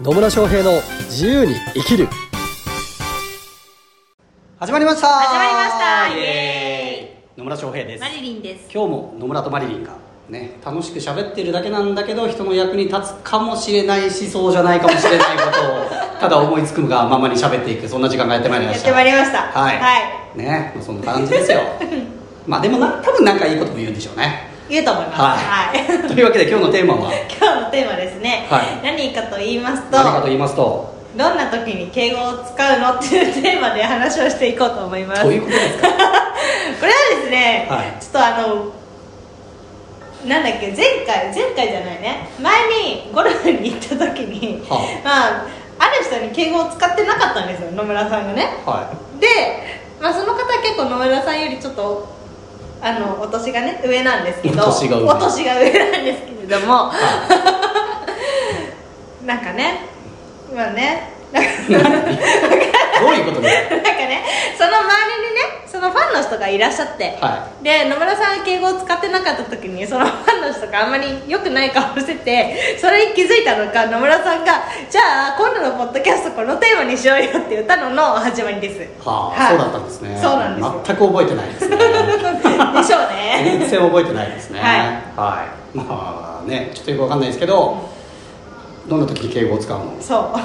野村翔平の自由に生きる始まりました始まりましたイエ野村翔平ですマリリンです今日も野村とマリリンがね楽しく喋ってるだけなんだけど人の役に立つかもしれないしそうじゃないかもしれないこと をただ思いつくがままに喋っていくそんな時間がやってまいりまやしったてまいりましたはい、ねまあそんな感じですよ まあでもな多分なんかいいことも言うんでしょうね 言うと思いますはい、はい というわけで今日のテーマは今日のテーマですね、はい何かと言いますと何かと言いますとどんな時に敬語を使うのって いうテーマで話をしていこうと思いますどうこいれうことですかはですね、はいちょっとあのなんだっけ前回前回じゃないね前にゴルフに行った時に、はまあある人に敬語を使ってなかったんですよ野村さんがねはで、まあ、その方は結構野村さんよりちょっとあのお年がね上なんですけどお年が上お年が上なんですけれどもい、はなんかねまあねい、何どういうことですなんかねその周りにねそのファンの人がいらっしゃって、かはで野村さんが敬語を使ってなかった時にそのファンの人があんまり良くない顔しててそれに気づいたのか野村さんが「じゃあ今度のポッドキャストこのテーマにしようよ」って言ったのの始まりですいはあ、はいそうだったんですねそうなんですよ全く覚えてないです ねでしょうね全然覚えてないですねはいはいまあねちょっとよくわかんないですけどどんな時に敬語を使うのそう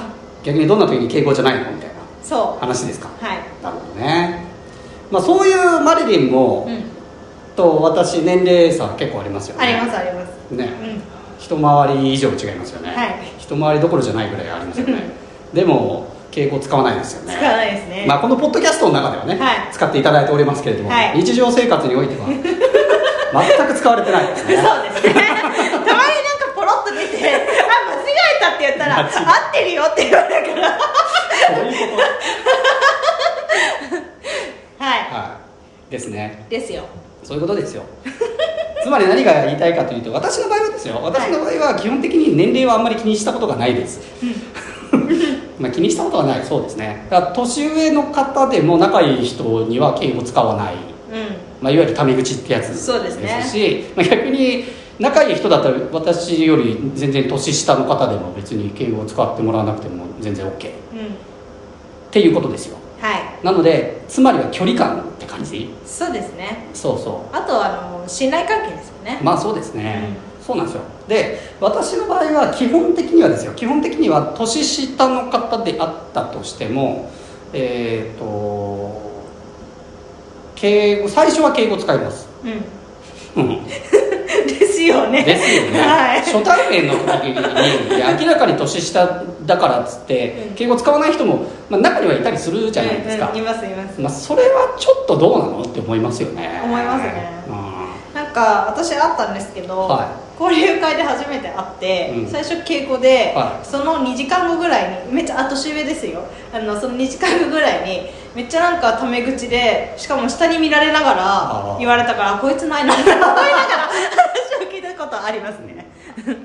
逆にどんな時に敬語じゃないのみたいなそう話ですかはいなるほどねまあそういうマリリンも、うんと私年齢差結構ありますよねありますありますね、うん一回り以上違いますよね、はい一回りどころじゃないぐらいありますよ ねでも敬語使わないですよね使わないですねまあ、このポッドキャストの中ではね、はい使っていただいておりますけれども、はい日常生活においては全く使われてないですねそうですね たまになんかポロッと出て「あ間違えた」って言ったら間違え「合ってるよ」って言われるからそういうこはいと、はい、ですねですよそういうことですよつまり何が言いたいかというと私の場合はですよ私の場合は基本的に年齢はあんまり気にしたことがないです、 まあ気にしたことはないそうですねだから年上の方でも仲いい人には敬語使わないうんまあ、いわゆるタメ口ってやつですしそうですねまあ、逆に仲いい人だったら私より全然年下の方でも別に敬語を使ってもらわなくても全然 OK っうんていうことですよはいなのでつまりは距離感って感じそうですねそうそあとはあの信頼関係ですよねうまあそうですね、そうなんですよで私の場合は基本的にはですよ基本的には年下の方であったとしてもえっ、と敬語最初は敬語使いますうんうん ですよねですよね、はい初対面の時に明らかに年下だからっつって、うん敬語使わない人も、まあ、中にはいたりするじゃないですか、うんうんいますいますまあ、それはちょっとどうなのって思いますよね思いますねうんなんか私会ったんですけど、は交流会で初めて会って、うん最初稽古で、はいその2時間後ぐらいにめっちゃあ年上ですよあのその2時間後ぐらいにめっちゃなんかタメ口でしかも下に見られながあらー言われたからこいつないなって思いながら話を聞いたことありますね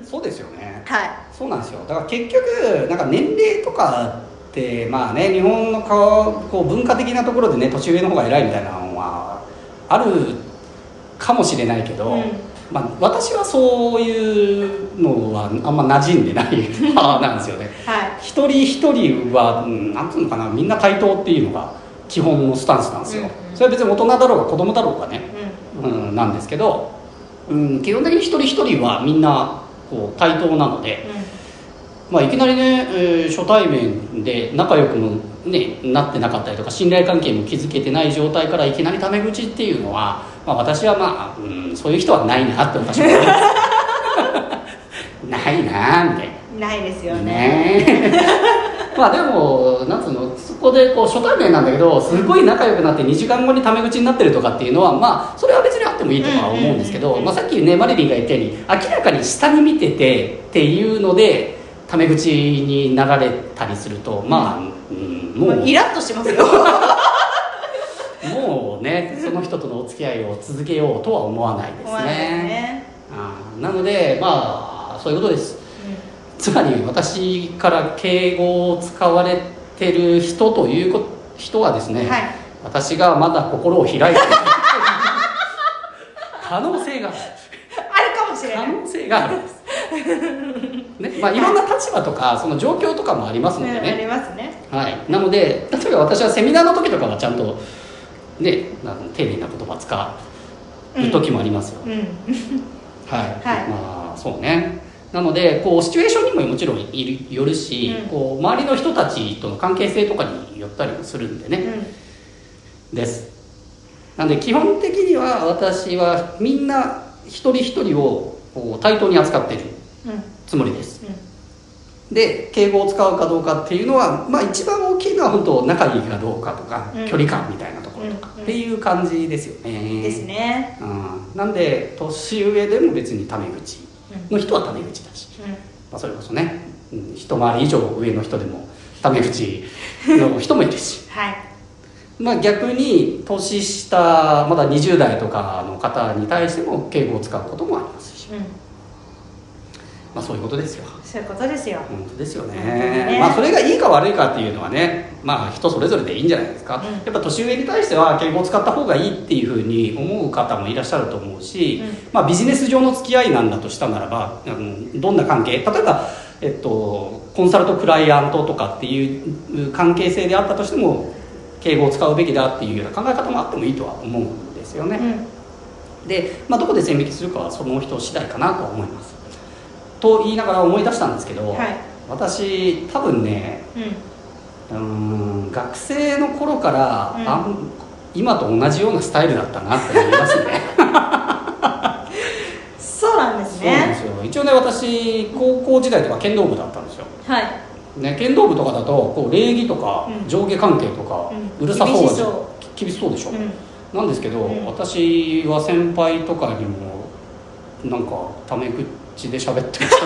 そうですよねはそうなんですよだから結局なんか年齢とかってまあね日本の顔こう文化的なところでね年上の方が偉いみたいなのはあるかもしれないけど、うんまあ、私はそういうのはあんま馴染んでない 派なんですよねいはい一人一人は、うん、なんていうのかなみんな対等っていうのが基本のスタンスなんですよ、うんうんそれは別に大人だろうが子供だろうがね、ううん、なんですけど、うん、基本的に一人一人はみんなこう対等なので、んまあ、いきなりね、えー初対面で仲良くも、ね、なってなかったりとか信頼関係も築けてない状態からいきなりタメ口っていうのは、まあ、私はまあ、うん、そういう人はないなって私は思います ないなみたいな。うんないですよねね まあでもなんつうのそこでこう初対面なんだけどすごい仲良くなって2時間後にタメ口になってるとかっていうのはまあそれは別にあってもいいとかは思うんですけうんうんどうんうんまあさっきねマリリンが言ったように明らかに下に見ててっていうのでタメ口になられたりするとまあ、うん、もまあうイラッとしますよはもうねその人とのお付き合いを続けようとは思わないですいね。ね、あーなのでまあそういうことです。つまり私から敬語を使われてる人というこ人はですうね、ん、はい私がまだ心を開いて ない可能性があるあるかもしれな可い能性があるんですねまあ、いろんな立場とかその状況とかもありますのでありね、ますねはい、なので例えば私はセミナーの時とかはちゃんと、ね、あの丁寧な言葉使う時もありますよ、うんはい、はいまあそうねなのでこうシチュエーションにももちろんいるよるし、うんこう周りの人たちとの関係性とかによったりもするんでうね、んですなので基本的には私はみんな一人一人をこう対等に扱っているうんうんつもりですで敬語を使うかどうかっていうのは、まあ、一番大きいのは本当仲いいかどうかとか、うん距離感みたいなところとか、うんうんっていう感じですよねですねうん、なんで年上でも別にタメ口の人はタメ口だし、うまあ、それこそね、うん一回り以上上の人でもタメ口の人もいるし んはいまあ逆に年下まだ20代とかの方に対しても敬語を使うこともありますし、うんまあ、そういうことですよそういうことですよ本当ですよね本当だねまあそれがいいか悪いかっていうのはねまあ人それぞれでいいんじゃないですか、うんやっぱ年上に対しては敬語を使った方がいいっていうふうに思う方もいらっしゃると思うし、うんまあビジネス上の付き合いなんだとしたならば、うん、どんな関係例えば、えっと、コンサルとクライアントとかっていう関係性であったとしても敬語を使うべきだっていうような考え方もあってもいいとは思うんですようね、んで、まあ、どこで線引きするかはその人次第かなとは思いますと言いながら思い出したんですけど、はい私多分ねううーん学生の頃から、うんあん今と同じようなスタイルだったなって思いますね んそうなんですそうなんでねすよ一応ね私高校時代とか剣道部だったんですよ、はいね、剣道部とかだとこう礼儀とか、うん上下関係とか、ううんるさそう厳だししそき厳しそうでしょ、うんなんですけど、うん私は先輩とかにもなんかタメ口で喋ってました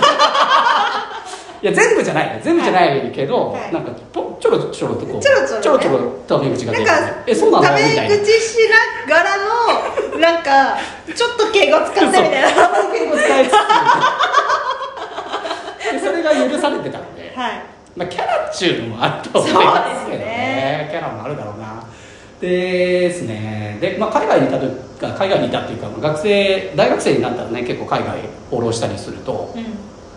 いや全部じゃない全部じゃないけど、はいなんかとちょろちょろとこうちょろちょろねちょろちょろタメ口が出なんてかえそうなのタみたメいな口しながらのなんかちょっと敬語使ったみたいな敬語使いつ つでそれが許されてたので、はいまあ、キャラっちゅうのもあると思いますそうけどねですねキャラもあるだろうなですねで、まあ、海外にいたとか海外にいたっていうか学生大学生になったらね結構海外放浪したりするとうん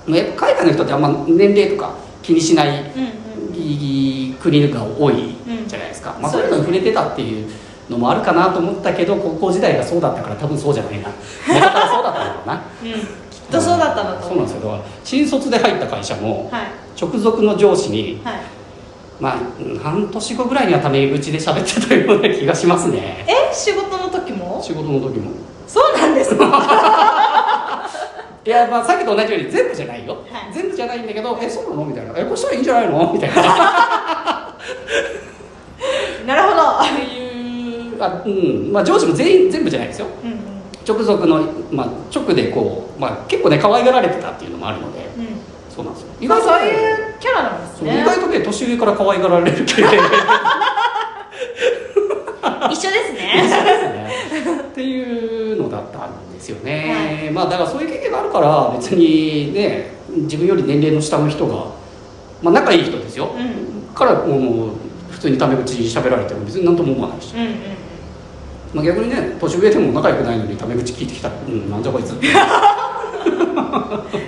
まあやっぱ海外の人ってあんま年齢とか気にしないうんうん国が多いじゃないですか、まあ、そういうのに触れてたっていうのもあるかなと思ったけど高校時代がそうだったから多分そうじゃないなだからそうだったのかなうん きっとそうだったんだとそうな思んうですよだから新卒で入った会社もはい直属の上司にはいまあうん半年後ぐらいにはタメ口で喋ってたような気がしますねえ仕事の時も仕事の時もそうなんですかいやまあさっきと同じように全部じゃないよ、はい全部じゃないんだけどえそうなのみたいなえこうしたらいいんじゃないのみた いなっなるほどていうあうんまあ上司も全員全部じゃないですようんうん直属の、まあ、直でこう、まあ、結構ね可愛がられてたっていうのもあるのでうんそうなんですよ意外ととねそういうキャラなんですそうね意外とね年上から可愛がられる系一緒ですねっていうのだったんですよね、まあだからそういう経験があるから別にね自分より年齢の下の人がまあ仲いい人ですよ、うからもう普通にタメ口喋られても別に何とも思わないし、うんうんまあ、逆にね年上でも仲良くないのにタメ口聞いてきたらうんなんじゃこいつ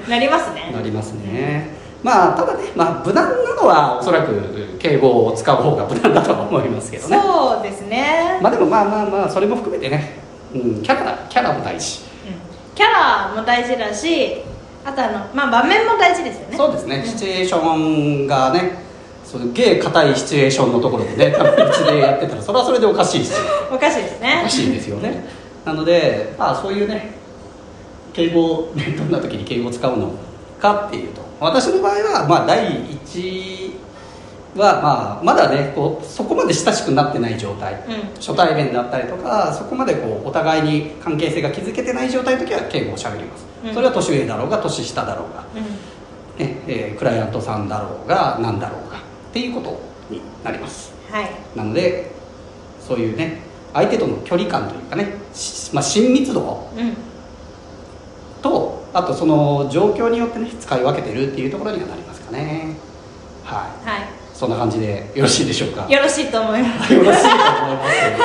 なりますねなりますねまあただね、まあ、無難なのはおそらく敬語を使う方が無難だとは思いますけどねそうですね、まあでもまあまあまあそれも含めてね、うん、キャラキャラも大事うんキャラも大事だしあとあの、まあ、場面も大事ですよねそうですね、んシチュエーションがねすげえ硬いシチュエーションのところ でね多分うちでやってたらそれはそれでおかしいしおかしいですおねかしいんですよねなのでまあそういうね敬語ねどんな時に敬語を使うのかっていうと私の場合はまあ第一はまあまだねこうそこまで親しくなってない状態、うん初対面だったりとかそこまでこうお互いに関係性が築けてない状態の時は敬語をしゃべります、うんそれは年上だろうが年下だろうがうねえークライアントさんだろうが何だろうがっていうことになりますんはいなのでそういうね相手との距離感というかね、しまあ、親密度うんとあとその状況によってね使い分けてるっていうところにはなりますかねははいそんな感じでよろしいでしょうかいよろしいと思いますよろしいと思いますので、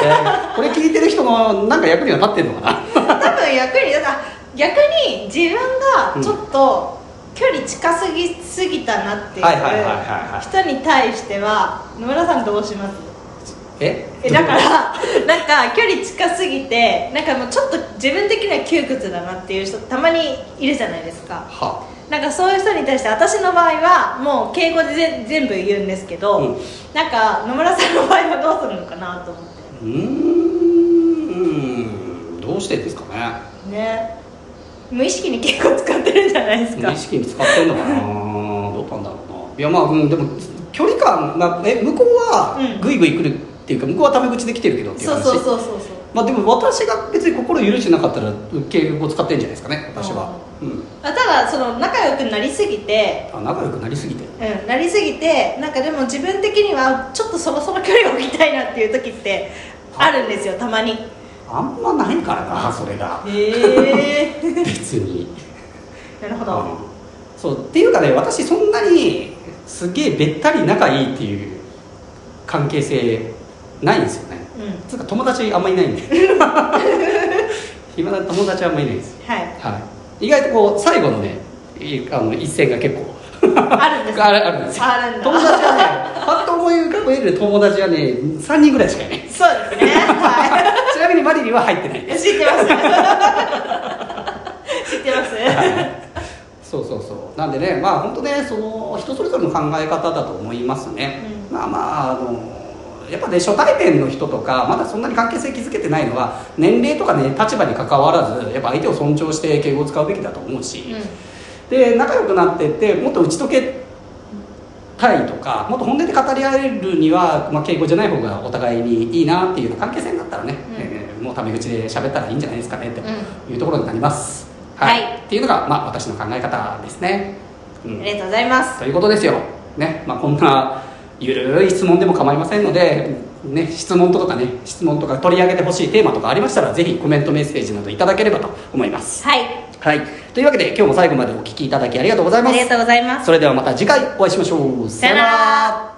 これ聞いてる人のなんか役には立ってるのかな多分役にだから逆に自分がちょっと、距離近すぎすぎたなっていうはいはいはいはいはい人に対しては野村さんどうしますええだからなんか距離近すぎてなんかもうちょっと自分的には窮屈だなっていう人たまにいるじゃないですかはなんかそういう人に対して私の場合はもう敬語でぜ全部言うんですけど、うんなんか野村さんの場合はどうするのかなと思っうーんどうしてですかねてね無意識に敬語使ってるんじゃないですか無意識に使ってんのかなどうなんだろうないやまあ、うん、でも距離感、まあ、え向こううはんグイグイ来るっていうか、向こうはタメ口で来てるけどっていうそう話そうそうそうそうまあ、でも私が別に心許してなかったら敬語を使ってんじゃないですかね私は、うん、あただその仲良くなりすぎてあ仲良くなりすぎてうん、なりすぎてなんかでも自分的にはちょっとそろそろ距離を置きたいなっていう時ってあるんですよたまにあんまないからなそれ がへえ別になるほうど、んそうっていうかね私そんなにすげえべったり仲いいっていう関係性ないんですよねうんつうか友達あんまいないんで暇な友達あんまいないです、はいはい、意外とこう最後のねいあの一戦が結構あるんですあるあるんですよあるんだ友達はねパッと思い浮かべる友達はね3人ぐらいしかいないそうですねはちなみにマリリンは入ってないい知ってます知ってます、そうそうそうなんでねまあ本当ねその人それぞれの考え方だと思いますね、うんまあまああのやっぱね初対面の人とかまだそんなに関係性築けてないのは年齢とかね立場に関わらずやっぱ相手を尊重して敬語を使うべきだと思うし、で仲良くなってってもっと打ち解けたいとかもっと本音で語り合えるには、まあ、敬語じゃない方がお互いにいいなっていう関係性になったらね、えーもうタメ口で喋ったらいいんじゃないですかねっていうところになります、はいっていうのが、まあ、私の考え方ですね、ううんん、ありがとうございますということですよ、ねまあ、こんなゆるい質問でも構いませんので、ね、質問とかね質問とか取り上げてほしいテーマとかありましたらぜひコメントメッセージなどいただければと思いますはいはい、というわけで今日も最後までお聞きいただきありがとうございあますりがとうございますそれではまた次回お会いしましょうさよなら